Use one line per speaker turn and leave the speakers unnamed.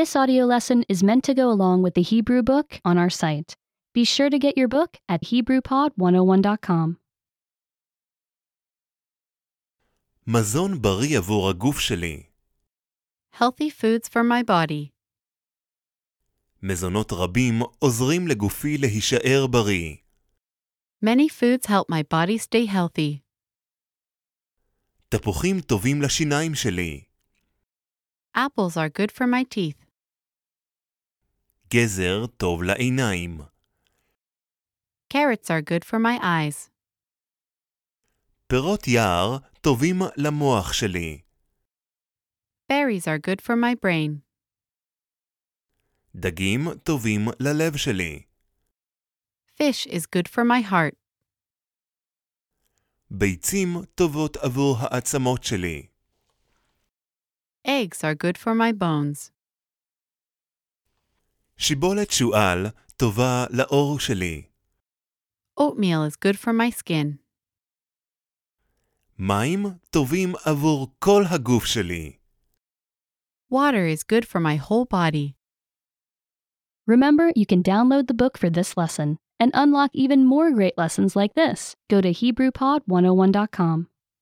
This audio lesson is meant to go along with the Hebrew book on our site. Be sure to get your book at HebrewPod101.com.
מזון בריא עבור הגוף שלי,
Healthy foods for my body.
מזונות רבים עוזרים לגופי להישאר בריא.
Many foods help my body stay healthy.
תפוחים טובים לשיניים שלי,
Apples are good for my teeth.
גזר טוב לעיניים,
Carrots are good for my eyes.
פירות יער טובים למוח שלי,
Berries are good for my brain.
דגים טובים ללב שלי,
Fish is good for my heart.
ביצים טובות עבור העצמות שלי,
Eggs are good for my bones.
שיבולת שועל טובה לאור שלי,
Oatmeal is good for my skin.
מים טובים עבור כל הגוף שלי.
Water is good for my whole body.
Remember, you can download the book for this oh lesson and unlock even more great lessons like this. Go to HebrewPod101.com.